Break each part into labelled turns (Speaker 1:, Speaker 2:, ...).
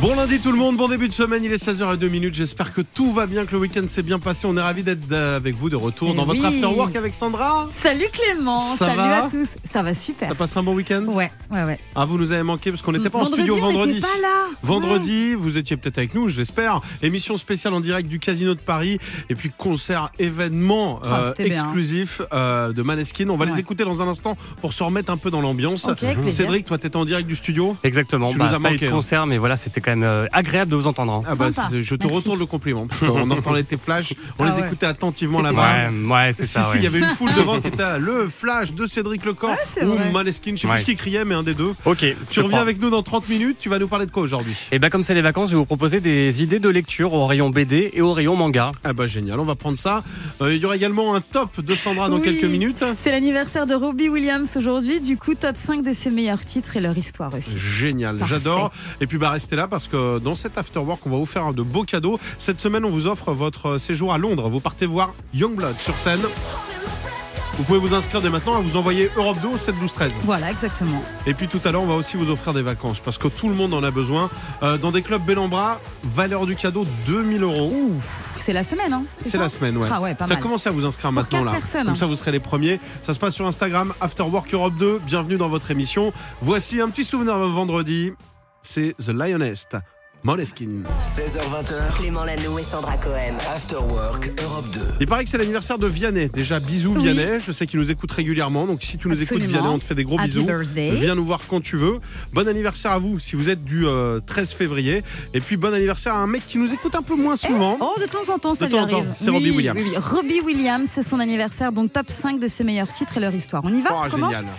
Speaker 1: Bon lundi tout le monde, bon début de semaine, il est 16h02, j'espère que tout va bien, que le week-end s'est bien passé, on est ravis d'être euh, avec vous de retour
Speaker 2: Eh
Speaker 1: dans votre
Speaker 2: oui.
Speaker 1: After Work avec Sandra.
Speaker 2: Salut Clément,
Speaker 1: Ça
Speaker 2: salut
Speaker 1: va
Speaker 2: à tous. Ça va
Speaker 1: T'as
Speaker 2: super.
Speaker 1: passé un bon week-end
Speaker 2: Ouais, ouais, ouais.
Speaker 1: Ah vous nous avez manqué parce qu'on n'était pas
Speaker 2: vendredi,
Speaker 1: en studio
Speaker 2: on
Speaker 1: vendredi.
Speaker 2: n'était pas là.
Speaker 1: Vendredi, vous étiez peut-être avec nous, je l'espère. Émission spéciale en direct du Casino de Paris et puis concert événement
Speaker 2: Oh,
Speaker 1: euh,
Speaker 2: c'était bien.
Speaker 1: exclusif euh, de Maneskin. On va les
Speaker 2: Ouais.
Speaker 1: écouter dans un instant pour se remettre un peu dans l'ambiance.
Speaker 2: Ok, avec plaisir.
Speaker 1: Cédric, toi t'étais en direct du studio
Speaker 3: Exactement,
Speaker 1: Tu
Speaker 3: bah,
Speaker 1: nous as
Speaker 3: pas eu
Speaker 1: manqué, hein.
Speaker 3: de concert, mais voilà, c'était quand même euh, agréable de vous entendre. hein.
Speaker 1: Ah bah,
Speaker 2: Sympa.
Speaker 1: c'est- je te
Speaker 2: Merci.
Speaker 1: retourne le compliment parce qu'on entendait tes flashs, on
Speaker 2: Ah
Speaker 1: les
Speaker 2: ouais.
Speaker 1: écoutait attentivement
Speaker 2: C'était
Speaker 1: là-bas.
Speaker 3: Ouais, ouais, c'est
Speaker 1: Ah, bah, Si,
Speaker 3: ça.
Speaker 1: si,
Speaker 3: ouais.
Speaker 1: il y avait une foule devant qui était là, le flash de Cédric Lecor
Speaker 2: c'est
Speaker 1: ou
Speaker 2: vrai.
Speaker 1: Maleskin, je sais
Speaker 3: Ouais.
Speaker 1: plus ce qu'il criait, mais un des deux.
Speaker 3: Ok,
Speaker 1: Tu reviens avec nous dans 30 minutes, tu vas nous parler de quoi aujourd'hui
Speaker 3: Et bien, ben, comme c'est les vacances, je vais vous proposer des idées de lecture au rayon BD et au rayon manga.
Speaker 1: Ah bah génial, on va prendre ça. Euh, Il y aura également un top de Sandra dans
Speaker 2: Oui.
Speaker 1: quelques minutes.
Speaker 2: C'est l'anniversaire de Robbie Williams aujourd'hui, du coup top 5 de ses meilleurs titres et leur histoire aussi.
Speaker 1: Génial,
Speaker 2: Parfait.
Speaker 1: j'adore. Et puis bah restez là parce que dans cet after work, on va vous faire de beaux cadeaux. Cette semaine, on vous offre votre euh, séjour à Londres. Vous partez voir Youngblood sur scène. Vous pouvez vous inscrire dès maintenant à vous envoyer Europe 2 au 7 12 13.
Speaker 2: Voilà, exactement.
Speaker 1: Et puis tout à l'heure, on va aussi vous offrir des vacances parce que tout le monde en a besoin. Euh, dans des clubs Bellambra, valeur du cadeau 2000 euros.
Speaker 2: Pff, C'est la semaine, hein
Speaker 1: C'est
Speaker 2: ça
Speaker 1: la semaine, ouais.
Speaker 2: Ah ouais, pas
Speaker 1: ça
Speaker 2: mal.
Speaker 1: commence à vous inscrire
Speaker 2: Pour
Speaker 1: maintenant
Speaker 2: quatre
Speaker 1: là.
Speaker 2: personnes,
Speaker 1: Comme
Speaker 2: hein.
Speaker 1: ça, vous serez les premiers. Ça se passe sur Instagram, After Work Europe 2. Bienvenue dans votre émission. Voici un petit souvenir de vendredi. C'est The Lioness, Moleskine.
Speaker 4: 16h20.
Speaker 5: Clément Lano et Sandra Cohen.
Speaker 4: After Work Europe 2.
Speaker 1: Il paraît que c'est l'anniversaire de Vianney. Déjà, bisous
Speaker 2: Oui.
Speaker 1: Vianney. Je sais qu'il nous écoute régulièrement. Donc, si tu nous écoutes,
Speaker 2: Absolument.
Speaker 1: Vianney, on te fait des gros
Speaker 2: Happy
Speaker 1: bisous.
Speaker 2: birthday.
Speaker 1: Viens nous voir quand tu veux. Bon anniversaire à vous si vous êtes du euh, 13 février. Et puis, bon anniversaire à un mec qui nous écoute un peu moins souvent.
Speaker 2: Oh, de temps en temps, ça
Speaker 1: De
Speaker 2: lui
Speaker 1: temps en temps,
Speaker 2: arrive.
Speaker 1: c'est Robbie
Speaker 2: Oui,
Speaker 1: Williams.
Speaker 2: oui, oui. Robbie Williams, c'est son anniversaire, donc top 5 de ses meilleurs titres et leur histoire. On y va
Speaker 1: Oh,
Speaker 2: On commence
Speaker 1: génial.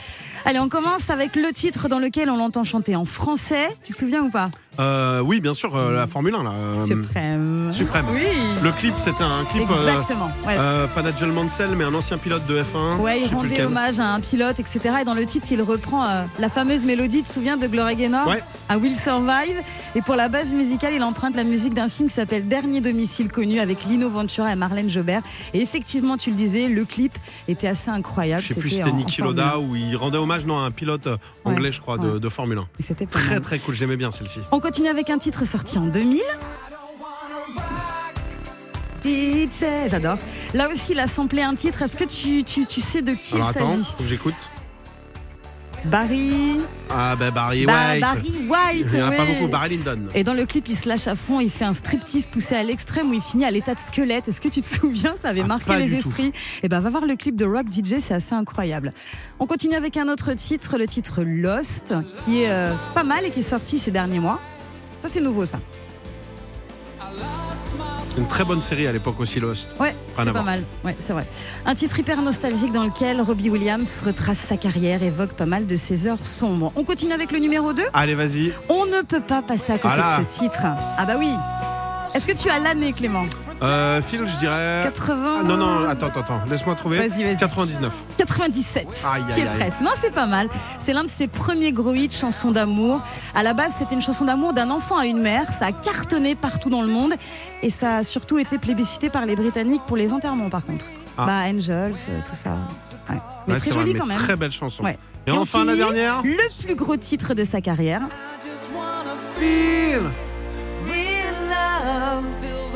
Speaker 2: Allez, on commence avec le titre dans lequel on l'entend chanter en français. Tu te souviens ou pas
Speaker 1: Euh, oui, bien sûr, euh, la Formule 1, là. euh,
Speaker 2: Suprême.
Speaker 1: Suprême.
Speaker 2: Oui.
Speaker 1: Le clip, c'était un clip. euh,
Speaker 2: Exactement. ouais.
Speaker 1: euh, pas Nigel Mansell, mais un ancien pilote de F1.
Speaker 2: Ouais,
Speaker 1: Je
Speaker 2: il
Speaker 1: sais plus
Speaker 2: rendait
Speaker 1: lequel.
Speaker 2: hommage à un pilote, etc. Et dans le titre, il reprend euh, la fameuse mélodie, tu te souviens de Gloria Gaynor
Speaker 1: Ouais.
Speaker 2: À Will Survive. Et pour la base musicale, il emprunte la musique d'un film qui s'appelle Dernier domicile connu avec Lino Ventura et Marlène Jobert. Et effectivement, tu le disais, le clip était assez incroyable.
Speaker 1: Je sais plus,
Speaker 2: C'était
Speaker 1: c'était
Speaker 2: en- en
Speaker 1: Niki
Speaker 2: Formule
Speaker 1: Loda, où il rendait hommage non, à un pilote euh,
Speaker 2: Ouais,
Speaker 1: anglais, je crois, de,
Speaker 2: ouais.
Speaker 1: de Formule 1.
Speaker 2: 1. Et c'était pas
Speaker 1: Très
Speaker 2: mal.
Speaker 1: très cool, j'aimais bien celle-ci.
Speaker 2: On continue avec un titre sorti en 2000. DJ, j'adore. Là aussi, il a samplé un titre. Est-ce que tu, tu, tu sais de qui
Speaker 1: Alors
Speaker 2: il
Speaker 1: attends,
Speaker 2: s'agit
Speaker 1: faut que j'écoute.
Speaker 2: Barry.
Speaker 1: Ah bah Barry
Speaker 2: Bah,
Speaker 1: White.
Speaker 2: Barry White.
Speaker 1: Il n'y en a pas
Speaker 2: ouais.
Speaker 1: beaucoup, Barry Lyndon.
Speaker 2: Et dans le clip, il se lâche à fond, il fait un striptease poussé à l'extrême où il finit à l'état de squelette. Est-ce que tu te souviens Ça avait
Speaker 1: Ah,
Speaker 2: marqué
Speaker 1: pas
Speaker 2: les
Speaker 1: du tout.
Speaker 2: esprits. Et ben, va voir le clip de Rock DJ, c'est assez incroyable. On continue avec un autre titre, le titre Lost, qui est euh, pas mal et qui est sorti ces derniers mois. Ça, c'est nouveau, ça.
Speaker 1: Une très bonne série à l'époque aussi, Lost.
Speaker 2: Ouais,
Speaker 1: à
Speaker 2: c'était pas
Speaker 1: voir.
Speaker 2: mal. Ouais, c'est vrai. Un titre hyper nostalgique dans lequel Robbie Williams retrace sa carrière, évoque pas mal de ses heures sombres. On continue avec le numéro 2.
Speaker 1: Allez, vas-y.
Speaker 2: On ne peut pas passer à côté
Speaker 1: Ah là.
Speaker 2: de ce titre. Ah bah oui. Est-ce que tu as l'année, Clément
Speaker 1: Euh, Phil, je dirais.
Speaker 2: 80.
Speaker 1: Ah, non, non, attends, attends, attends. Laisse-moi trouver.
Speaker 2: Vas-y, vas-y.
Speaker 1: 99.
Speaker 2: 97.
Speaker 1: Aïe,
Speaker 2: Qui
Speaker 1: aïe,
Speaker 2: est
Speaker 1: aïe.
Speaker 2: presque. Non, c'est pas mal. C'est l'un de ses premiers gros hits, chansons d'amour. À la base, c'était une chanson d'amour d'un enfant à une mère. Ça a cartonné partout dans le monde. Et ça a surtout été plébiscité par les Britanniques pour les enterrements, par contre.
Speaker 1: Ah.
Speaker 2: Bah, Angels, euh, tout ça. Ouais. Mais
Speaker 1: Ouais,
Speaker 2: très
Speaker 1: c'est vrai,
Speaker 2: joli
Speaker 1: mais
Speaker 2: quand même.
Speaker 1: Très belle chanson.
Speaker 2: Ouais.
Speaker 1: Et,
Speaker 2: Et on
Speaker 1: enfin, la
Speaker 2: finit
Speaker 1: dernière.
Speaker 2: Le plus gros titre de sa carrière.
Speaker 1: Phil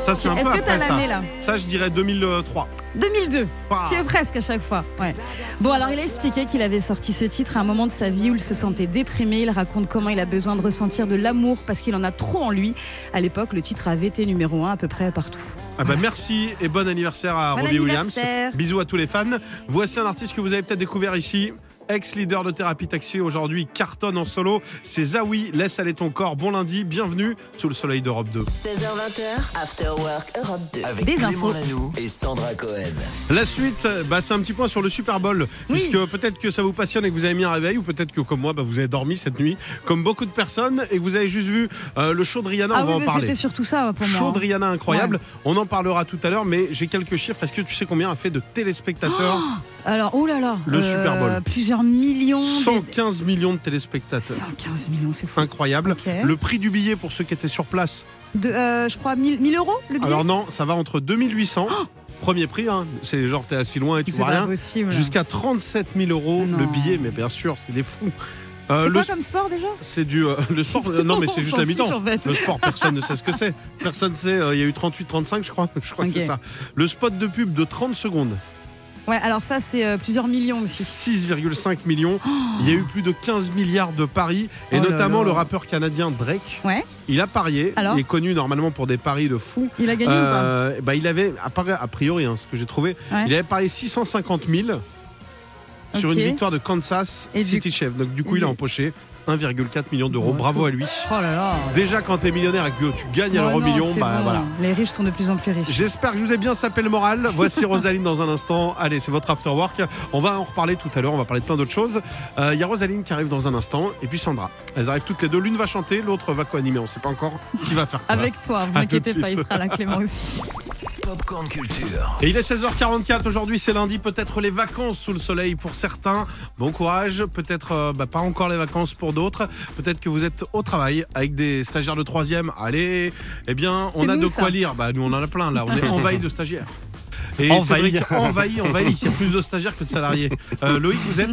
Speaker 1: Ça, c'est un
Speaker 2: Est-ce
Speaker 1: peu
Speaker 2: que
Speaker 1: après
Speaker 2: t'as
Speaker 1: ça.
Speaker 2: l'année là
Speaker 1: Ça, je dirais 2003.
Speaker 2: 2002.
Speaker 1: Bah.
Speaker 2: Tu es presque à chaque fois. Ouais. Bon, alors il a expliqué qu'il avait sorti ce titre à un moment de sa vie où il se sentait déprimé. Il raconte comment il a besoin de ressentir de l'amour parce qu'il en a trop en lui. À l'époque, le titre avait été numéro un à peu près partout.
Speaker 1: Ah bah merci et bon anniversaire à
Speaker 2: Bon
Speaker 1: Robbie Williams.
Speaker 2: anniversaire.
Speaker 1: Bisous à tous les fans. Voici un artiste que vous avez peut-être découvert ici. Ex-leader de Thérapie Taxi, aujourd'hui cartonne en solo. C'est Zawi, laisse aller ton corps. Bon lundi, bienvenue sous le soleil d'Europe 2.
Speaker 5: 16h, 20h, After Work Europe 2.
Speaker 4: Avec
Speaker 2: Des
Speaker 4: Clément
Speaker 2: infos.
Speaker 4: Lanoux et Sandra Cohen.
Speaker 1: La suite, bah, c'est un petit point sur le Super Bowl.
Speaker 2: Oui.
Speaker 1: Puisque peut-être que ça vous passionne et que vous avez mis un réveil, ou peut-être que comme moi, bah, vous avez dormi cette nuit, comme beaucoup de personnes, et que vous avez juste vu euh, le show de Rihanna.
Speaker 2: ah
Speaker 1: on va
Speaker 2: oui,
Speaker 1: en
Speaker 2: mais
Speaker 1: parler.
Speaker 2: c'était surtout ça hein, pour moi.
Speaker 1: Chaud de Rihanna incroyable.
Speaker 2: Ouais.
Speaker 1: On en parlera tout à l'heure, mais j'ai quelques chiffres. Est-ce que tu sais combien a fait de téléspectateurs
Speaker 2: Alors, oh là là.
Speaker 1: Le Super Bowl.
Speaker 2: Plusieurs millions. des-
Speaker 1: 115 millions de téléspectateurs.
Speaker 2: 115 millions, c'est fou.
Speaker 1: Incroyable.
Speaker 2: Ok.
Speaker 1: Le prix du billet pour ceux qui étaient sur place.
Speaker 2: De, euh, je crois 1000, 1000 euros le billet.
Speaker 1: Alors non, ça va entre 2800 Premier prix, hein. c'est genre t'es assis loin et tu
Speaker 2: C'est
Speaker 1: vois
Speaker 2: pas
Speaker 1: rien.
Speaker 2: possible.
Speaker 1: Jusqu'à 37 000 euros
Speaker 2: Ah Non.
Speaker 1: le billet, mais bien sûr, c'est des fous. Euh,
Speaker 2: C'est
Speaker 1: le
Speaker 2: quoi comme sport déjà
Speaker 1: C'est du. euh, le sport. euh, non, mais c'est
Speaker 2: On
Speaker 1: juste
Speaker 2: s'en
Speaker 1: la
Speaker 2: fiche,
Speaker 1: mi-temps.
Speaker 2: en fait.
Speaker 1: Le sport, personne ne sait ce que c'est. Personne ne sait. euh, Il y a eu 38-35, je crois. Je crois que
Speaker 2: Ok.
Speaker 1: c'est ça. Le spot de pub de 30 secondes,
Speaker 2: Ouais, alors ça, c'est euh, plusieurs millions aussi.
Speaker 1: 6,5 millions. Il y a eu plus de 15 milliards de paris. Et
Speaker 2: Oh là
Speaker 1: notamment
Speaker 2: là.
Speaker 1: le rappeur canadien Drake.
Speaker 2: Ouais.
Speaker 1: Il a parié.
Speaker 2: Alors
Speaker 1: il est connu normalement pour des paris de fou.
Speaker 2: Il a gagné ou
Speaker 1: Euh, bah, il avait, à part- a priori, hein, ce que j'ai trouvé,
Speaker 2: Ouais.
Speaker 1: il avait parié 650 000 sur
Speaker 2: Ok.
Speaker 1: une victoire de Kansas
Speaker 2: Et du-
Speaker 1: City Chef. Donc, du coup, il a
Speaker 2: Il-
Speaker 1: empoché 1,4 million d'euros.
Speaker 2: Ouais,
Speaker 1: Bravo à lui.
Speaker 2: pas Oh là là.
Speaker 1: Déjà, quand t'es millionnaire et que tu gagnes à
Speaker 2: Oh
Speaker 1: l'euro
Speaker 2: non,
Speaker 1: million,
Speaker 2: c'est
Speaker 1: bah
Speaker 2: bon.
Speaker 1: voilà.
Speaker 2: Les riches sont de plus en plus riches.
Speaker 1: J'espère que je vous ai bien sapé le moral. Voici Rosaline dans un instant. Allez, c'est votre after work. On va en reparler tout à l'heure. On va parler de plein d'autres choses. Euh, Il y a Rosaline qui arrive dans un instant et puis Sandra. Elles arrivent toutes les deux. L'une va chanter, l'autre va co-animer. On sait pas encore qui va faire quoi.
Speaker 2: Avec toi, vous
Speaker 1: À
Speaker 2: inquiétez
Speaker 1: tout de
Speaker 2: pas, il
Speaker 1: suite.
Speaker 2: sera là, Clément aussi.
Speaker 4: Popcorn Culture.
Speaker 1: Et il est 16h44. Aujourd'hui, c'est lundi. Peut-être les vacances sous le soleil pour certains. Bon courage. Peut-être euh, bah, pas encore les vacances pour d'autres. Peut-être que vous êtes au travail avec des stagiaires de troisième. Allez, eh bien, on
Speaker 2: C'est
Speaker 1: a
Speaker 2: nous,
Speaker 1: de
Speaker 2: ça.
Speaker 1: quoi lire. Bah, nous, on en a plein là. On est envahi de stagiaires. Et
Speaker 3: Envahi.
Speaker 1: Cédric, envahi, envahi. Il y a plus de stagiaires que de salariés. Euh, Loïc, vous êtes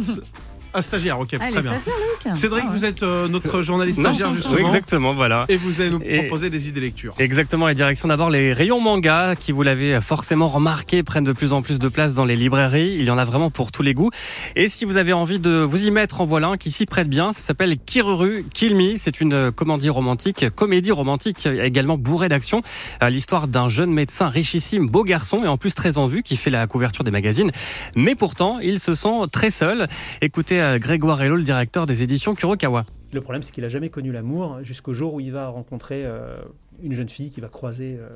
Speaker 1: un stagiaire. Ok,
Speaker 2: Allez,
Speaker 1: très bien.
Speaker 2: Ah, stagiaire, Luc.
Speaker 1: Cédric,
Speaker 2: Ah ouais.
Speaker 1: vous êtes euh, notre journaliste
Speaker 3: Non,
Speaker 1: stagiaire justement.
Speaker 3: oui, exactement, voilà.
Speaker 1: Et vous allez nous
Speaker 3: Et-
Speaker 1: proposer des idées lectures.
Speaker 3: Exactement, et direction d'abord les rayons manga qui, vous l'avez forcément remarqué, prennent de plus en plus de place dans les librairies. Il y en a vraiment pour tous les goûts. Et si vous avez envie de vous y mettre, en voilà un qui s'y prête bien. Ça s'appelle Kiruru Kill Me. C'est une euh, comédie romantique, comédie romantique euh, également bourrée d'action. Euh, L'histoire d'un jeune médecin richissime, beau garçon et en plus très en vue qui fait la couverture des magazines. Mais pourtant, il se sent très seul. Écoutez euh, Grégoire Hello, le directeur des éditions Kurokawa.
Speaker 6: Le problème, c'est qu'il n'a jamais connu l'amour jusqu'au jour où il va rencontrer euh, une jeune fille qu'il va croiser euh,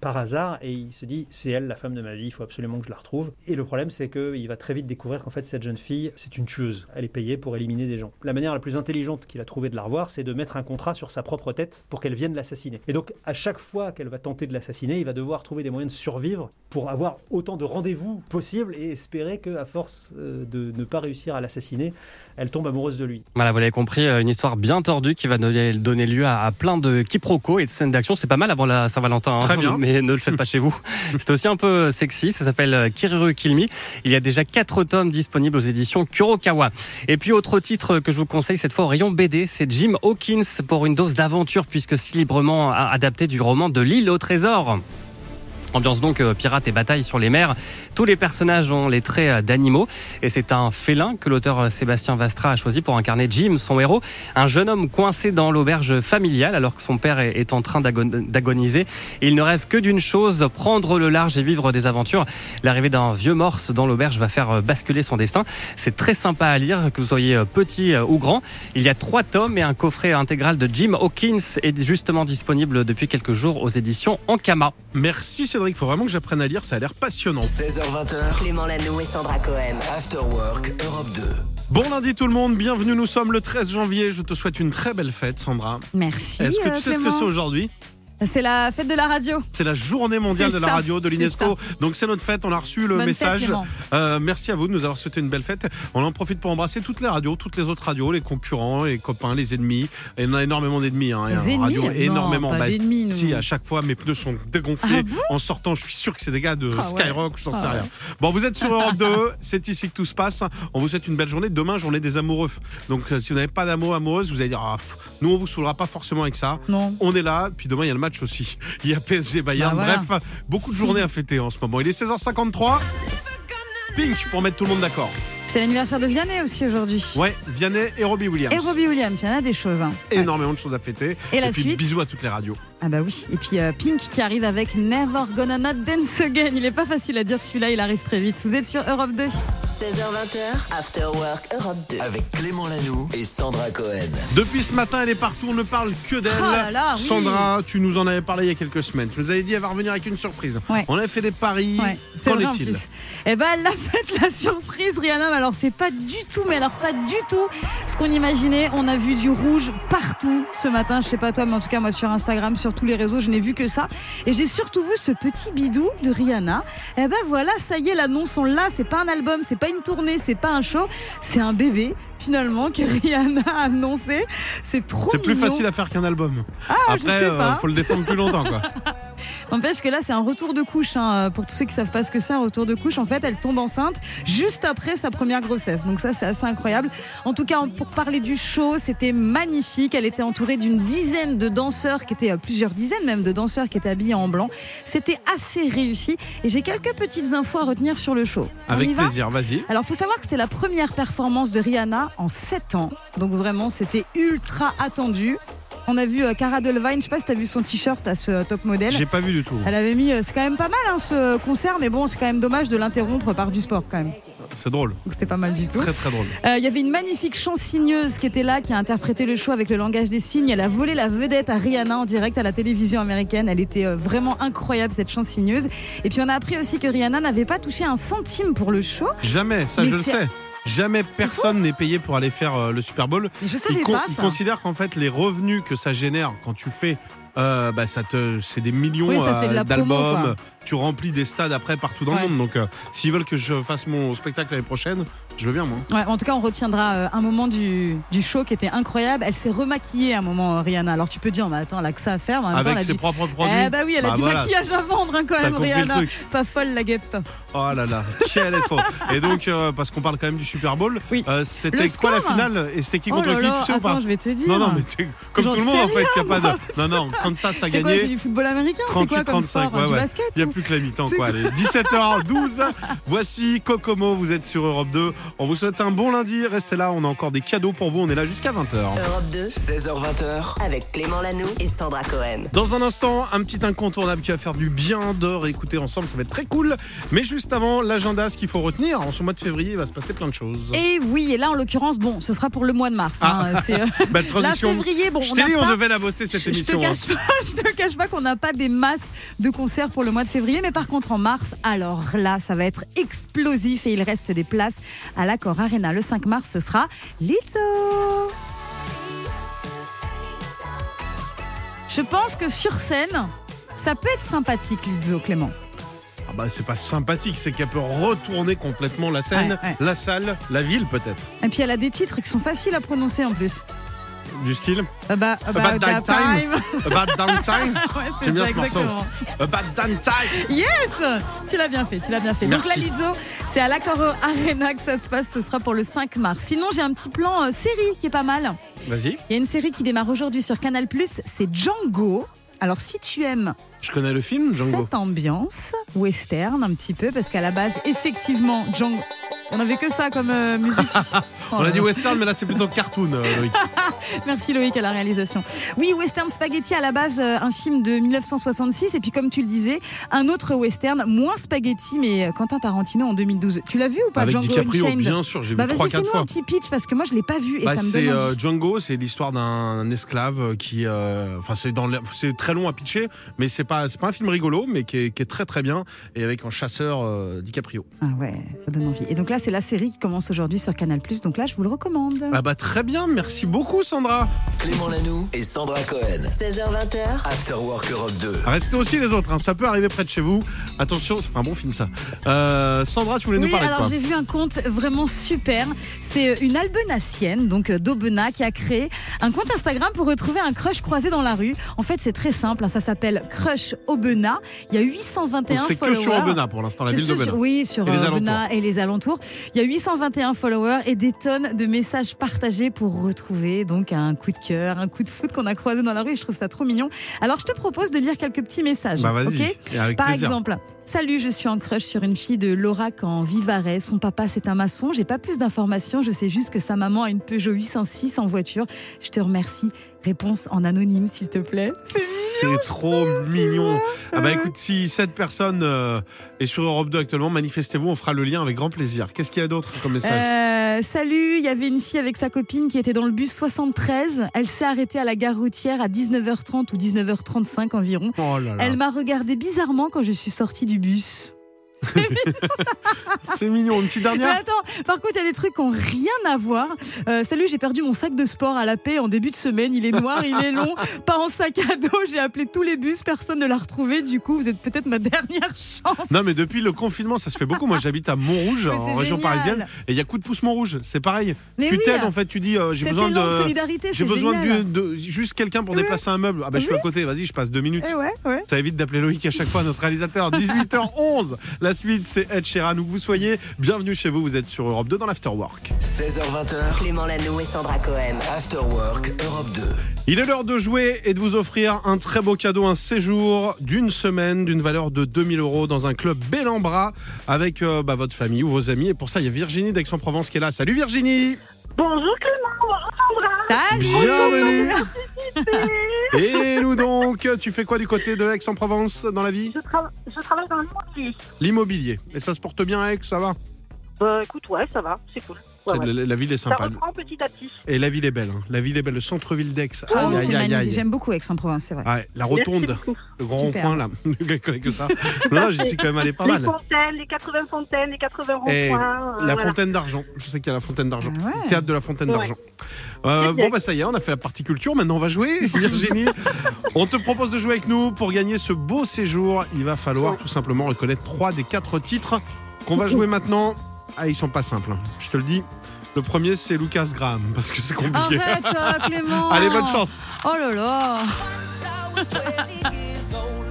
Speaker 6: par hasard et il se dit c'est elle la femme de ma vie, il faut absolument que je la retrouve. Et le problème, c'est qu'il va très vite découvrir qu'en fait cette jeune fille, c'est une tueuse. Elle est payée pour éliminer des gens. La manière la plus intelligente qu'il a trouvé de la revoir, c'est de mettre un contrat sur sa propre tête pour qu'elle vienne l'assassiner. Et donc à chaque fois qu'elle va tenter de l'assassiner, il va devoir trouver des moyens de survivre pour avoir autant de rendez-vous possible et espérer qu'à force euh, de ne pas réussir à l'assassiner, elle tombe amoureuse de lui.
Speaker 3: Voilà, vous l'avez compris, euh, une histoire bien tordue qui va donner, donner lieu à, à plein de quiproquos et de scènes d'action. C'est pas mal avant la Saint-Valentin, hein,
Speaker 1: Très bien.
Speaker 3: mais ne le faites pas chez vous. C'est aussi un peu sexy, ça s'appelle euh, Kiruru Kill Me. Il y a déjà quatre tomes disponibles aux éditions Kurokawa. Et puis autre titre que je vous conseille cette fois au rayon BD, c'est Jim Hawkins pour une dose d'aventure puisque si librement a- adapté du roman de l'île au trésor. Ambiance donc euh, pirate et bataille sur les mers. Tous les personnages ont les traits euh, d'animaux et c'est un félin que l'auteur euh, Sébastien Vastra a choisi pour incarner Jim, son héros, un jeune homme coincé dans l'auberge familiale alors que son père est- est en train d'agon- d'agoniser. Il ne rêve que d'une chose, prendre le large et vivre des aventures. L'arrivée d'un vieux morse dans l'auberge va faire euh, basculer son destin. C'est très sympa à lire, que vous soyez euh, petit euh, ou grand. Il y a trois tomes et un coffret intégral de Jim Hawkins est justement disponible depuis quelques jours aux éditions Ankama.
Speaker 1: Merci Cédric. Faut vraiment que j'apprenne à lire. Ça a l'air passionnant.
Speaker 4: 16h20h.
Speaker 5: Clément Lano et Sandra Cohen.
Speaker 4: After Work Europe 2.
Speaker 1: Bon lundi tout le monde, bienvenue, nous sommes le 13 janvier, je te souhaite une très belle fête Sandra.
Speaker 2: Merci.
Speaker 1: Est-ce que
Speaker 2: euh,
Speaker 1: tu sais ce que
Speaker 2: Clément.
Speaker 1: c'est aujourd'hui
Speaker 2: C'est la fête de la radio.
Speaker 1: C'est la journée mondiale
Speaker 2: C'est
Speaker 1: de la
Speaker 2: ça,
Speaker 1: radio de
Speaker 2: c'est
Speaker 1: l'UNESCO, donc c'est notre fête, on a reçu le
Speaker 2: Bonne
Speaker 1: message.
Speaker 2: fête, Clément.
Speaker 1: Euh, merci à vous de nous avoir souhaité une belle fête. On en profite pour embrasser toutes les radios, toutes les autres radios, les concurrents, les copains, les ennemis. Et on a énormément d'ennemis. Hein, et
Speaker 2: Les
Speaker 1: en radio,
Speaker 2: ennemis
Speaker 1: énormément.
Speaker 2: Non, pas
Speaker 1: Bah,
Speaker 2: d'ennemis, nous.
Speaker 1: si, à chaque fois, mes pneus sont dégonflés.
Speaker 2: Ah
Speaker 1: en sortant, je suis sûr que c'est des gars de
Speaker 2: Ah ouais.
Speaker 1: Skyrock, j'en sais
Speaker 2: Ah
Speaker 1: rien.
Speaker 2: ouais.
Speaker 1: Bon, vous êtes sur Europe 2, c'est ici que tout se passe. On vous souhaite une belle journée. Demain, journée des amoureux. Donc, euh, si vous n'avez pas d'amour amoureuse, vous allez dire, Ah, pff, nous, on vous saoulera pas forcément avec ça.
Speaker 2: Non.
Speaker 1: On est là, puis demain il y a le match aussi. Il y a PSG Bayern.
Speaker 2: Bah voilà.
Speaker 1: Bref, beaucoup de journées à fêter en ce moment. Il est 16h53. Pink pour mettre tout le monde d'accord.
Speaker 2: C'est l'anniversaire de Vianney aussi aujourd'hui.
Speaker 1: Ouais, Vianney et Robbie Williams.
Speaker 2: Et Robbie Williams, il y en a des choses. hein.
Speaker 1: Énormément de choses à fêter.
Speaker 2: Et la
Speaker 1: puis,
Speaker 2: suite
Speaker 1: Bisous à toutes les radios.
Speaker 2: Ah bah oui. Et puis euh, Pink qui arrive avec Never Gonna Not Dance Again. Il est pas facile à dire celui-là, il arrive très vite. Vous êtes sur Europe 2.
Speaker 5: 16h20h, After Work Europe 2.
Speaker 4: Avec Clément Lanoux et Sandra Cohen.
Speaker 1: Depuis ce matin, elle est partout, on ne parle que d'elle.
Speaker 2: Oh là là, oui.
Speaker 1: Sandra, tu nous en avais parlé il y a quelques semaines. Tu nous avais dit elle va revenir avec une surprise.
Speaker 2: Ouais.
Speaker 1: On avait fait des paris.
Speaker 2: Ouais, c'est
Speaker 1: Qu'en
Speaker 2: vrai en
Speaker 1: est-il
Speaker 2: plus. Eh ben, elle l'a faite la surprise, Rihanna. Mais alors, c'est pas du tout, mais alors pas du tout ce qu'on imaginait. On a vu du rouge partout ce matin. Je sais pas toi, mais en tout cas, moi sur Instagram, sur tous les réseaux, je n'ai vu que ça. Et j'ai surtout vu ce petit bidou de Rihanna. Eh ben voilà, ça y est, l'annonce, on l'a. C'est pas un album, c'est pas une tournée, c'est pas un show, c'est un bébé finalement que Rihanna a annoncé. C'est trop
Speaker 1: C'est plus
Speaker 2: mignon.
Speaker 1: facile à faire qu'un album.
Speaker 2: Ah, je
Speaker 1: Après,
Speaker 2: sais
Speaker 1: euh,
Speaker 2: pas.
Speaker 1: faut le défendre plus longtemps. Quoi.
Speaker 2: N'empêche que là, c'est un retour de couche. hein. Pour tous ceux qui savent pas ce que c'est, un retour de couche, en fait, elle tombe enceinte juste après sa première grossesse. Donc ça, c'est assez incroyable. En tout cas, pour parler du show, c'était magnifique. Elle était entourée d'une dizaine de danseurs, qui étaient euh, plusieurs dizaines même de danseurs qui étaient habillés en blanc. C'était assez réussi. Et j'ai quelques petites infos à retenir sur le show. On y
Speaker 1: Avec
Speaker 2: va
Speaker 1: plaisir, vas-y.
Speaker 2: alors, faut savoir que c'était la première performance de Rihanna en 7 ans. Donc, vraiment, c'était ultra attendu. On a vu euh, Cara Delevingne, je sais pas si t'as vu son t-shirt à ce euh, top modèle.
Speaker 1: J'ai pas vu du tout.
Speaker 2: Elle avait mis, euh, c'est quand même pas mal hein, ce concert, mais bon, c'est quand même dommage de l'interrompre par du sport quand même.
Speaker 1: C'est drôle.
Speaker 2: Donc c'était pas mal du tout.
Speaker 1: Très très drôle.
Speaker 2: Euh, Il y avait une magnifique chansigneuse qui était là, qui a interprété le show avec le langage des signes. Elle a volé la vedette à Rihanna en direct à la télévision américaine. Elle était euh, vraiment incroyable cette chansigneuse. Et puis on a appris aussi que Rihanna n'avait pas touché un centime pour le show.
Speaker 1: Jamais, ça
Speaker 2: Mais
Speaker 1: je le
Speaker 2: c'est-
Speaker 1: sais. Jamais personne n'est payé pour aller faire euh, le Super Bowl.
Speaker 2: Mais je
Speaker 1: Ils,
Speaker 2: savais
Speaker 1: con-
Speaker 2: pas
Speaker 1: ils
Speaker 2: ça.
Speaker 1: considèrent qu'en fait les revenus que ça génère quand tu fais, euh, bah, ça te, c'est des millions
Speaker 2: Oui, ça fait de la
Speaker 1: euh,
Speaker 2: promo,
Speaker 1: d'albums.
Speaker 2: quoi.
Speaker 1: Tu remplis des stades après partout dans
Speaker 2: Ouais.
Speaker 1: le monde. Donc euh, s'ils veulent que je fasse mon spectacle l'année prochaine, je veux bien moi.
Speaker 2: Ouais, en tout cas, on retiendra euh, un moment du, du show qui était incroyable. Elle s'est remaquillée à un moment, euh, Rihanna. Alors tu peux dire, mais attends, elle a que ça à faire. mais en même temps,
Speaker 1: Avec
Speaker 2: elle a
Speaker 1: ses
Speaker 2: du-
Speaker 1: propres produits.
Speaker 2: Eh bah oui, elle a
Speaker 1: Bah
Speaker 2: du
Speaker 1: voilà.
Speaker 2: maquillage à vendre hein, quand
Speaker 1: T'as
Speaker 2: même,
Speaker 1: compris le
Speaker 2: Rihanna.
Speaker 1: truc.
Speaker 2: Pas folle la guêpe.
Speaker 1: Oh là là, tiens, elle est trop. Et donc euh, parce qu'on parle quand même du Super Bowl,
Speaker 2: Oui.
Speaker 1: euh,
Speaker 2: Le
Speaker 1: c'était quoi
Speaker 2: score.
Speaker 1: la finale et c'était qui
Speaker 2: oh
Speaker 1: contre
Speaker 2: là
Speaker 1: qui,
Speaker 2: là,
Speaker 1: tu sais ou
Speaker 2: attends,
Speaker 1: pas
Speaker 2: je vais te dire.
Speaker 1: Non non, mais t'es- comme
Speaker 2: J'en
Speaker 1: tout le monde en
Speaker 2: sais
Speaker 1: fait, il y a pas
Speaker 2: rien, moi.
Speaker 1: de. Non non, quand ça ça
Speaker 2: c'est quoi, c'est
Speaker 1: gagné.
Speaker 2: du football américain Ah, C'est quoi comme
Speaker 1: 38-35,
Speaker 2: sport hein,
Speaker 1: ouais,
Speaker 2: Du
Speaker 1: ouais.
Speaker 2: basket
Speaker 1: Il n'y a plus que la mi-temps,
Speaker 2: C'est
Speaker 1: quoi. Allez, 17h12. Voici Kokomo, vous êtes sur Europe 2. On vous souhaite un bon lundi. Restez là, on a encore des cadeaux pour vous. On est là jusqu'à 20h.
Speaker 5: Europe 2
Speaker 4: 16h20h,
Speaker 5: avec Clément Lano et Sandra Cohen.
Speaker 1: Dans un instant, un petit incontournable qui va faire du bien de réécouter ensemble. Ça va être très cool. Mais juste avant, l'agenda, ce qu'il faut retenir. En ce mois de février, il va se passer plein de choses.
Speaker 2: Et Eh oui, et là en l'occurrence, bon, ce sera pour le mois de mars. hein, c'est, euh,
Speaker 1: Belle
Speaker 2: là,
Speaker 1: Ah. transition.
Speaker 2: février, bon,
Speaker 1: Je
Speaker 2: on
Speaker 1: t'ai
Speaker 2: n'a
Speaker 1: dit, on
Speaker 2: pas-
Speaker 1: devait la bosser cette
Speaker 2: je, je te
Speaker 1: émission. hein.
Speaker 2: cache pas, je te cache pas qu'on n'a pas des masses de concerts pour le mois de février, mais par contre en mars, alors là, ça va être explosif et il reste des places à l'Accor Arena. Le 5 mars, ce sera Lizzo. Je pense que sur scène, ça peut être sympathique, Lizzo, Clément.
Speaker 1: Ah bah, c'est pas sympathique, c'est qu'elle peut retourner complètement la scène,
Speaker 2: Ouais, ouais.
Speaker 1: la salle, la ville peut-être.
Speaker 2: Et puis elle a des titres qui sont faciles à prononcer en plus. Ah bah,
Speaker 1: Du style
Speaker 2: About,
Speaker 1: About that time. About Downtime
Speaker 2: ouais, c'est
Speaker 1: J'aime bien
Speaker 2: ça,
Speaker 1: ce morceau.
Speaker 2: exactement.
Speaker 1: About Downtime
Speaker 2: Yes Tu l'as bien fait, tu l'as bien fait. Donc la
Speaker 1: Merci.
Speaker 2: Lizzo, c'est à l'Accor Arena que ça se passe, ce sera pour le 5 mars. Sinon, j'ai un petit plan euh, série qui est pas mal.
Speaker 1: Vas-y.
Speaker 2: Il y a une série qui démarre aujourd'hui sur Canal+, c'est Django. Alors si tu aimes
Speaker 1: Je connais le film, Django.
Speaker 2: cette ambiance western un petit peu, parce qu'à la base, effectivement, Django... On n'avait que ça comme euh, musique.
Speaker 1: On a dit western, mais là c'est plutôt cartoon, euh, Loïc.
Speaker 2: Ah, Merci Loïc à la réalisation. Oui, Western Spaghetti à la base, euh, un film de 1966. Et puis, comme tu le disais, un autre western, moins spaghetti, mais euh, Quentin Tarantino en 2012. Tu l'as vu ou pas,
Speaker 1: Avec
Speaker 2: Django
Speaker 1: DiCaprio,
Speaker 2: Unchained
Speaker 1: bien sûr, j'ai vu
Speaker 2: Bah
Speaker 1: trois,
Speaker 2: vas-y,
Speaker 1: quatre
Speaker 2: fais-nous un
Speaker 1: fois.
Speaker 2: petit pitch parce que moi, je l'ai pas vu et
Speaker 1: Bah,
Speaker 2: ça me
Speaker 1: c'est
Speaker 2: donne
Speaker 1: euh,
Speaker 2: envie.
Speaker 1: Django, c'est l'histoire d'un esclave qui, euh, enfin c'est dans, le- c'est très long à pitcher, mais c'est pas, c'est pas un film rigolo, mais qui est, qui est très très bien et avec un chasseur euh, DiCaprio.
Speaker 2: Ah ouais, ça donne envie. Et donc là, c'est la série qui commence aujourd'hui sur Canal+. Donc là, je vous le recommande.
Speaker 1: Ah bah très bien, merci beaucoup Sandra.
Speaker 4: Clément Lanoux et Sandra Cohen.
Speaker 5: 16h20h,
Speaker 4: After Work Europe 2.
Speaker 1: Restez aussi les autres, hein, ça peut arriver près de chez vous. Attention, c'est un bon film ça. Euh, Sandra, tu voulais nous
Speaker 2: Oui,
Speaker 1: parler de
Speaker 2: alors
Speaker 1: quoi
Speaker 2: j'ai vu un conte vraiment super. C'est euh, une albenacienne, donc euh, d'Aubenas, qui a créé un compte Instagram pour retrouver un crush croisé dans la rue. En fait, c'est très simple, hein, ça s'appelle Crush Aubenas. Il y a 821
Speaker 1: Donc, C'est que
Speaker 2: followers.
Speaker 1: sur Aubenas pour l'instant, la
Speaker 2: C'est
Speaker 1: ville
Speaker 2: sur-
Speaker 1: d'Aubenas.
Speaker 2: Oui, sur
Speaker 1: Et les
Speaker 2: euh,
Speaker 1: alentours.
Speaker 2: Aubenas et les alentours. Il y a 821 followers et des tonnes de messages partagés pour retrouver donc un coup de cœur, un coup de foot qu'on a croisé dans la rue. Je trouve ça trop mignon. Alors, je te propose de lire quelques petits messages.
Speaker 1: Bah vas-y,
Speaker 2: ok
Speaker 1: et avec
Speaker 2: par
Speaker 1: plaisir.
Speaker 2: exemple, salut, je suis en crush sur une fille de Laurac en Vivarais. Son papa, c'est un maçon. J'ai pas plus d'informations. Je sais juste que sa maman a une Peugeot 806 en voiture. Je te remercie. Réponse en anonyme, s'il te plaît.
Speaker 1: C'est trop mignon. Ah bah écoute, si cette personne euh, est sur Europe 2 actuellement, manifestez-vous, on fera le lien avec grand plaisir. Qu'est-ce qu'il y a d'autre comme message
Speaker 2: Euh, salut, il y avait une fille avec sa copine qui était dans le bus 73. Elle s'est arrêtée à la gare routière à 19h30 ou 19h35 environ.
Speaker 1: Oh là là.
Speaker 2: Elle m'a regardé bizarrement quand je suis sortie du bus.
Speaker 1: C'est mignon, une petite
Speaker 2: Mais
Speaker 1: dernière
Speaker 2: attends, par contre, il y a des trucs qui n'ont rien à voir. Euh, salut, j'ai perdu mon sac de sport à la paix en début de semaine. Il est noir, il est long, pas en sac à dos. J'ai appelé tous les bus, personne ne l'a retrouvé. Du coup, vous êtes peut-être ma dernière chance.
Speaker 1: Non mais depuis le confinement ça se fait beaucoup. Moi j'habite à Montrouge
Speaker 2: Mais
Speaker 1: en
Speaker 2: c'est
Speaker 1: région
Speaker 2: génial.
Speaker 1: parisienne et il y a coup de pouce Montrouge. C'est pareil.
Speaker 2: Mais
Speaker 1: tu
Speaker 2: oui.
Speaker 1: t'aides en fait. Tu dis euh, j'ai
Speaker 2: Cet
Speaker 1: besoin
Speaker 2: élan de
Speaker 1: de
Speaker 2: solidarité, c'est
Speaker 1: j'ai besoin
Speaker 2: génial.
Speaker 1: de, de- juste quelqu'un pour
Speaker 2: Oui.
Speaker 1: déplacer un meuble. Ah bah je suis à côté. Vas-y je passe deux minutes.
Speaker 2: Eh ouais, ouais.
Speaker 1: Ça évite d'appeler Loïc à chaque fois, notre réalisateur. 18h11, la suite c'est Ed Sheeran où que vous soyez. Bienvenue chez vous, vous êtes sur Europe 2 dans l'Afterwork.
Speaker 4: 16h20h,
Speaker 5: Clément Lano et Sandra Cohen.
Speaker 4: After Work Europe 2.
Speaker 1: Il est l'heure de jouer et de vous offrir un très beau cadeau, un séjour d'une semaine d'une valeur de 2000 euros dans un club bel en bras avec euh, bah, votre famille ou vos amis. Et pour ça, il y a Virginie d'Aix-en-Provence qui est là. Salut Virginie
Speaker 7: Bonjour Clément, bonjour Sandra.
Speaker 2: Salut.
Speaker 1: Ah,
Speaker 2: Ah,
Speaker 1: Bienvenue Et nous donc, tu fais quoi du côté de Aix-en-Provence dans la vie
Speaker 7: Je, trava- je travaille dans le monde.
Speaker 1: L'immobilier. Et ça se porte bien à Aix, ça va
Speaker 7: Bah écoute, ouais, ça va, c'est cool. Ouais,
Speaker 1: C'est-
Speaker 7: ouais.
Speaker 1: La, la ville est
Speaker 7: Ça
Speaker 1: sympa.
Speaker 7: reprend petit à petit.
Speaker 1: Et la ville est belle. hein. La ville est belle. Le centre-ville d'Aix.
Speaker 2: Oh,
Speaker 1: Aïe,
Speaker 2: c'est
Speaker 1: aïe, aïe,
Speaker 2: magnifique.
Speaker 1: aïe.
Speaker 2: J'aime beaucoup Aix-en-Provence, c'est vrai.
Speaker 1: Ouais, la
Speaker 7: Merci
Speaker 1: rotonde,
Speaker 7: beaucoup.
Speaker 1: le grand
Speaker 2: Super.
Speaker 1: rond-point là. Je connais que ça. Non, j'y suis quand même allé pas
Speaker 7: les
Speaker 1: mal.
Speaker 7: fontaines, les 80 fontaines, les euh, 80 ronds
Speaker 1: Eh, La fontaine d'argent. Je sais qu'il y a la fontaine d'argent.
Speaker 2: Ah ouais.
Speaker 1: Théâtre de la fontaine
Speaker 7: Ouais.
Speaker 1: d'argent. Euh,
Speaker 7: Très bien.
Speaker 1: bon, bah ça y est, on a fait la partie culture. Maintenant, on va jouer. Virginie, on te propose de jouer avec nous pour gagner ce beau séjour. Il va falloir tout simplement reconnaître trois des quatre titres qu'on va jouer maintenant. Ah, ils sont pas simples. hein. Je te le dis. Le premier, c'est Lucas Graham parce que c'est
Speaker 7: Ah
Speaker 1: compliqué.
Speaker 2: Arrête, euh, Clément.
Speaker 1: Allez, bonne chance.
Speaker 2: Oh là là.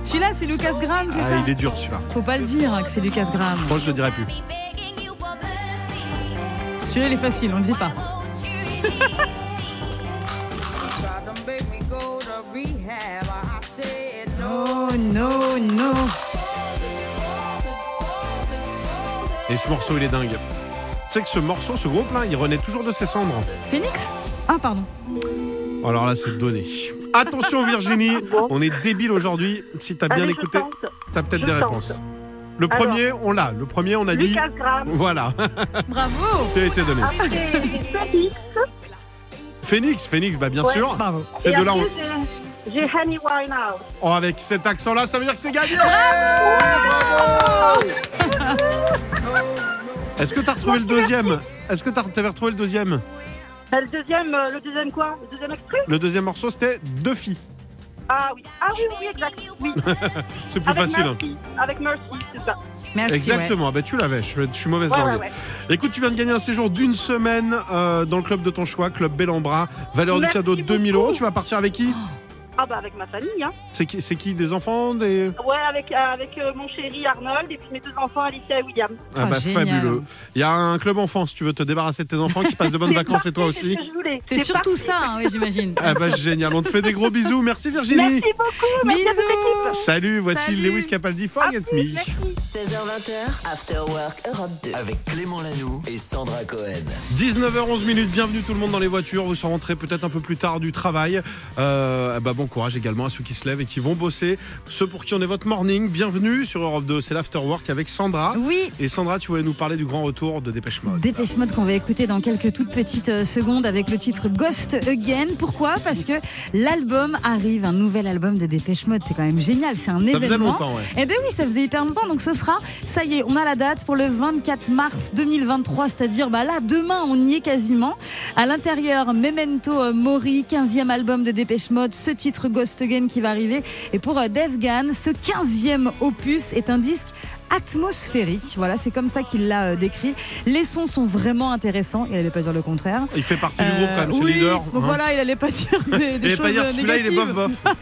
Speaker 2: Celui-là, c'est Lucas Graham, c'est
Speaker 1: Ah,
Speaker 2: ça
Speaker 1: il est dur celui-là.
Speaker 2: Faut pas le dire hein, que c'est Lucas Graham.
Speaker 1: Moi, je le dirai plus.
Speaker 2: Celui-là, il est facile, on le dit pas. Oh non, non.
Speaker 1: Et ce morceau, il est dingue. Tu sais que ce morceau, ce groupe là, il renaît toujours de ses cendres.
Speaker 2: Phoenix Ah, pardon.
Speaker 1: Alors là, c'est donné. Attention Virginie,
Speaker 7: Ah
Speaker 1: on est débile aujourd'hui. Si t'as bien écouté, t'as peut-être
Speaker 7: Je
Speaker 1: des
Speaker 7: tente.
Speaker 1: réponses. Le premier, on l'a. Le premier, on a dit.
Speaker 7: Lucas Ah. Graham.
Speaker 1: Voilà,
Speaker 2: Bravo
Speaker 1: ça a été donné.
Speaker 7: Après, j'ai Phoenix.
Speaker 1: Phoenix, Phoenix, bah bien
Speaker 7: Ouais.
Speaker 1: sûr.
Speaker 2: Bravo.
Speaker 1: C'est
Speaker 7: Et
Speaker 1: de là.
Speaker 7: après,
Speaker 1: On...
Speaker 7: j'ai- J'ai Honey Winehouse.
Speaker 1: Oh, avec cet accent-là, ça veut dire que c'est gagné. Est-ce que t'as retrouvé le deuxième Est-ce que t'as- t'avais retrouvé le deuxième
Speaker 7: Ben, le deuxième, euh, le deuxième quoi Le deuxième extrait
Speaker 1: Le deuxième morceau, c'était deux filles.
Speaker 7: Ah oui, ah oui, oui, exact. Oui.
Speaker 1: C'est plus
Speaker 7: Avec
Speaker 1: facile. hein.
Speaker 7: Mercy. Avec Mercy, c'est ça.
Speaker 2: Merci.
Speaker 1: Exactement, bah tu l'avais, je, je suis mauvaise
Speaker 7: Ah, Ouais,
Speaker 1: langue.
Speaker 7: ouais, ouais.
Speaker 1: Écoute, tu viens de gagner un séjour d'une semaine euh, dans le club de ton choix, club Bellambra. Valeur
Speaker 7: Merci
Speaker 1: du cadeau 2000
Speaker 7: beaucoup.
Speaker 1: euros. Tu vas partir avec qui
Speaker 7: Ah bah avec ma famille, hein.
Speaker 1: C'est qui, c'est qui Des enfants des...
Speaker 7: Ouais, avec, euh, avec euh, mon chéri Arnold et puis mes deux enfants Alicia et William.
Speaker 1: Ah bah
Speaker 2: génial.
Speaker 1: fabuleux. Il y a un club enfant si tu veux te débarrasser de tes enfants qui passent de bonnes
Speaker 7: C'est
Speaker 1: vacances et toi
Speaker 7: parfait,
Speaker 1: aussi.
Speaker 7: C'est ce que je voulais.
Speaker 2: C'est surtout ça, hein, oui, j'imagine.
Speaker 1: Ah bah génial, on te fait des gros bisous. Merci Virginie.
Speaker 7: Merci beaucoup, merci à toute l'équipe.
Speaker 2: Bisous
Speaker 1: Salut, voici
Speaker 2: Salut.
Speaker 1: Lewis Capaldi, Forget Me.
Speaker 5: 16h20h, After Work Europe 2.
Speaker 4: Avec Clément Lanoux et Sandra Cohen.
Speaker 1: 19h11 minutes, bienvenue tout le monde dans les voitures. Vous serez rentrés peut-être un peu plus tard du travail. Euh, bah bon courage également à ceux qui se lèvent et qui vont bosser. Ceux pour qui on est votre morning, bienvenue sur Europe 2. C'est l'Afterwork avec Sandra.
Speaker 2: Oui,
Speaker 1: Et Sandra, tu voulais nous parler du grand retour de Dépêche Mode.
Speaker 2: Dépêche Mode qu'on va écouter dans quelques toutes petites euh, secondes avec le titre Ghost Again. Pourquoi Parce que l'album arrive, un nouvel album de Dépêche Mode. C'est quand même génial, c'est un
Speaker 1: Ça faisait
Speaker 2: événement.
Speaker 1: longtemps, ouais.
Speaker 2: Eh bien oui, ça faisait hyper longtemps. Donc ce sera, ça y est, on a la date pour le 24 mars 2023, c'est-à-dire bah là, demain, on y est quasiment. À l'intérieur, Memento euh, Mori, 15e album de Dépêche Mode, ce titre Ghost Again qui va arriver. Et pour euh, Dave Gann, ce 15e opus est un disque atmosphérique. Voilà, c'est comme ça qu'il l'a euh, décrit. Les sons sont vraiment intéressants, il n'allait pas dire le contraire.
Speaker 1: Il fait partie du groupe quand même,
Speaker 2: Euh,
Speaker 1: c'est
Speaker 2: oui,
Speaker 1: leader.
Speaker 2: bon,
Speaker 1: hein.
Speaker 2: Voilà, il allait pas dire des, des
Speaker 1: Et
Speaker 2: choses
Speaker 1: pas dire
Speaker 2: euh,
Speaker 1: celui-là, il est bof
Speaker 2: négatives.
Speaker 1: bof.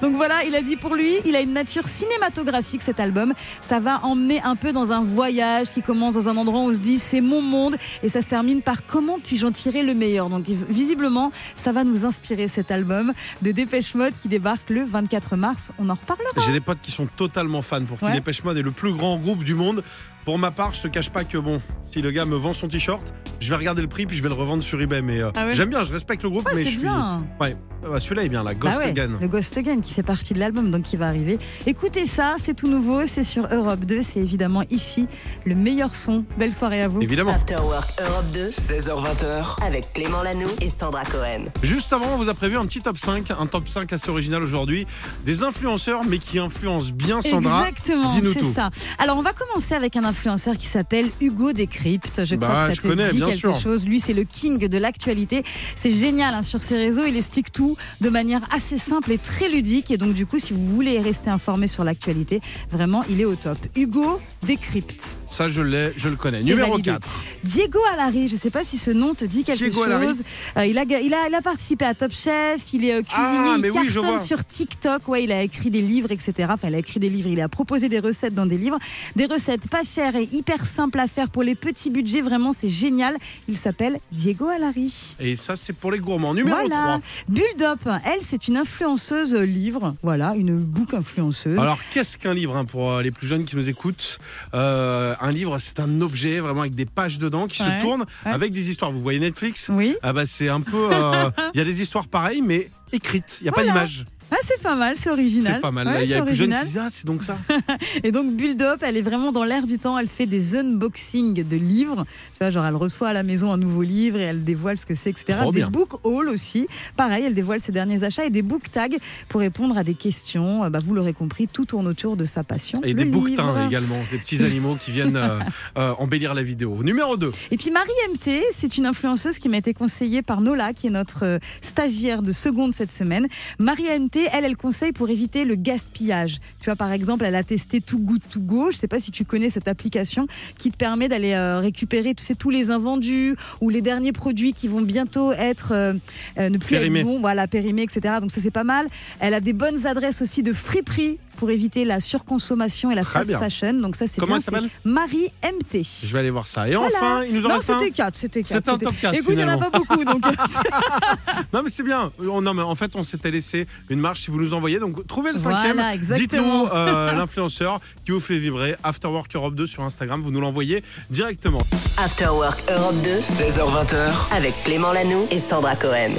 Speaker 2: Donc voilà, il a dit pour lui, il a une nature cinématographique cet album. Ça va emmener un peu dans un voyage qui commence dans un endroit où on se dit c'est mon monde et ça se termine par comment puis-je en tirer le meilleur. Donc visiblement, ça va nous inspirer cet album de Dépêche Mode qui débarque le 24 mars. On en reparlera.
Speaker 1: J'ai des potes qui sont totalement fans pour qui
Speaker 2: Ouais.
Speaker 1: Dépêche Mode est le plus grand groupe du monde. Pour ma part, je te cache pas que bon, si le gars me vend son t-shirt, je vais regarder le prix puis je vais le revendre sur eBay. Mais euh,
Speaker 2: Ah ouais
Speaker 1: j'aime bien, je respecte le groupe,
Speaker 2: Ouais,
Speaker 1: mais je
Speaker 2: c'est
Speaker 1: suis.
Speaker 2: bien.
Speaker 1: Ouais, Ah bah, celui-là est bien là, Ghost
Speaker 2: Bah ouais,
Speaker 1: Again.
Speaker 2: Le Ghost Again qui fait partie de l'album, donc qui va arriver. Écoutez ça, c'est tout nouveau, c'est sur Europe 2, c'est évidemment ici le meilleur son. Belle soirée à vous.
Speaker 1: Évidemment.
Speaker 5: After Work Europe 2
Speaker 4: 16h20h,
Speaker 5: avec Clément Lanoux et Sandra Cohen.
Speaker 2: Ah.
Speaker 1: Juste avant, on vous a prévu un petit top 5, un top 5 assez original aujourd'hui. Des influenceurs, mais qui influencent bien Sandra.
Speaker 2: Exactement,
Speaker 1: dis-nous
Speaker 2: c'est
Speaker 1: tout.
Speaker 2: ça. Alors, on va commencer avec un influenceur qui s'appelle Hugo Décrypte. Je crois
Speaker 1: Bah,
Speaker 2: que ça
Speaker 1: je
Speaker 2: te
Speaker 1: connais,
Speaker 2: dit
Speaker 1: bien
Speaker 2: quelque
Speaker 1: sûr.
Speaker 2: chose. Lui, c'est le king de l'actualité. C'est génial hein, sur ses réseaux. Il explique tout de manière assez simple et très ludique. Et donc, du coup, si vous voulez rester informé sur l'actualité, vraiment, il est au top. Hugo Décrypte.
Speaker 1: Ça, je l'ai, je le connais. Numéro
Speaker 2: validé.
Speaker 1: 4.
Speaker 2: Diego Alari, je ne sais pas si ce nom te dit quelque
Speaker 1: Diego Alari.
Speaker 2: chose. Euh, il, a, ga- il, a, il a participé à Top Chef, il est euh, cuisinier,
Speaker 1: Ah,
Speaker 2: il
Speaker 1: mais oui, je
Speaker 2: cartonne
Speaker 1: vois.
Speaker 2: sur TikTok, ouais, il a écrit des livres, etc. Enfin, il a écrit des livres, il a proposé des recettes dans des livres. Des recettes pas chères et hyper simples à faire pour les petits budgets, vraiment, c'est génial. Il s'appelle Diego Alari.
Speaker 1: Et ça, c'est pour les gourmands. Numéro
Speaker 2: voilà. Bulldop, elle, c'est une influenceuse euh, livre, voilà, une book influenceuse.
Speaker 1: 3. Alors, qu'est-ce qu'un livre hein, pour euh, les plus jeunes qui nous écoutent Euh, Un livre, c'est un objet vraiment avec des pages dedans qui
Speaker 2: Ouais,
Speaker 1: se tournent
Speaker 2: ouais.
Speaker 1: avec des histoires. Vous voyez Netflix
Speaker 2: Oui.
Speaker 1: Ah bah c'est un peu... euh, Il y a des histoires pareilles, mais écrites. Il n'y a
Speaker 2: Voilà.
Speaker 1: pas d'image.
Speaker 2: Ah, c'est pas mal, c'est original.
Speaker 1: C'est pas mal.
Speaker 2: Ouais,
Speaker 1: Là, Il y
Speaker 2: c'est
Speaker 1: a les plus jeunes qui
Speaker 2: original.
Speaker 1: disent, ah, c'est donc ça.
Speaker 2: Et donc Bulldop, elle est vraiment dans l'air du temps. Elle fait des unboxings de livres. Tu vois, genre elle reçoit à la maison un nouveau livre et elle dévoile ce que c'est, etc.
Speaker 1: Trop
Speaker 2: des
Speaker 1: bien.
Speaker 2: book hauls aussi. Pareil, elle dévoile ses derniers achats et des book tags pour répondre à des questions. Euh, bah, vous l'aurez compris, tout tourne autour de sa passion.
Speaker 1: Et
Speaker 2: le
Speaker 1: des
Speaker 2: livre.
Speaker 1: bouquetins également, des petits animaux qui viennent euh, euh, embellir la vidéo. Numéro 2.
Speaker 2: Et puis Marie MT, c'est une influenceuse qui m'a été conseillée par Nola, qui est notre euh, stagiaire de seconde cette semaine. Marie MT, elle, elle conseille pour éviter le gaspillage. Tu vois, par exemple, elle a testé Too Good To Go. Je sais pas si tu connais cette application qui te permet d'aller euh, récupérer tu sais, tous les invendus ou les derniers produits qui vont bientôt être euh, euh, ne plus
Speaker 1: Périmés.
Speaker 2: être bons, voilà, périmés, etc. Donc ça, c'est pas mal. Elle a des bonnes adresses aussi de friperie pour éviter la surconsommation et la
Speaker 1: Très
Speaker 2: fast
Speaker 1: bien.
Speaker 2: fashion. Donc ça, c'est
Speaker 1: Comment
Speaker 2: bien.
Speaker 1: elle s'appelle
Speaker 2: C'est Marie MT.
Speaker 1: Je vais aller voir ça. Et
Speaker 2: Voilà.
Speaker 1: enfin, il nous en
Speaker 2: Non,
Speaker 1: reste un.
Speaker 2: c'était 4, c'était 4.
Speaker 1: C'était un top quatre,
Speaker 2: Écoute, il n'y en a
Speaker 1: finalement.
Speaker 2: pas beaucoup, donc
Speaker 1: Non, mais c'est bien. On- non, mais en fait, on s'était laissé une marche si vous nous envoyez. Donc, trouvez le
Speaker 2: Voilà,
Speaker 1: cinquième.
Speaker 2: exactement.
Speaker 1: Dites-nous euh, l'influenceur qui vous fait vibrer. Afterwork Europe 2 sur Instagram. Vous nous l'envoyez directement.
Speaker 5: After Work Europe 2
Speaker 4: 16h20h,
Speaker 5: avec Clément Lanoux et Sandra Cohen.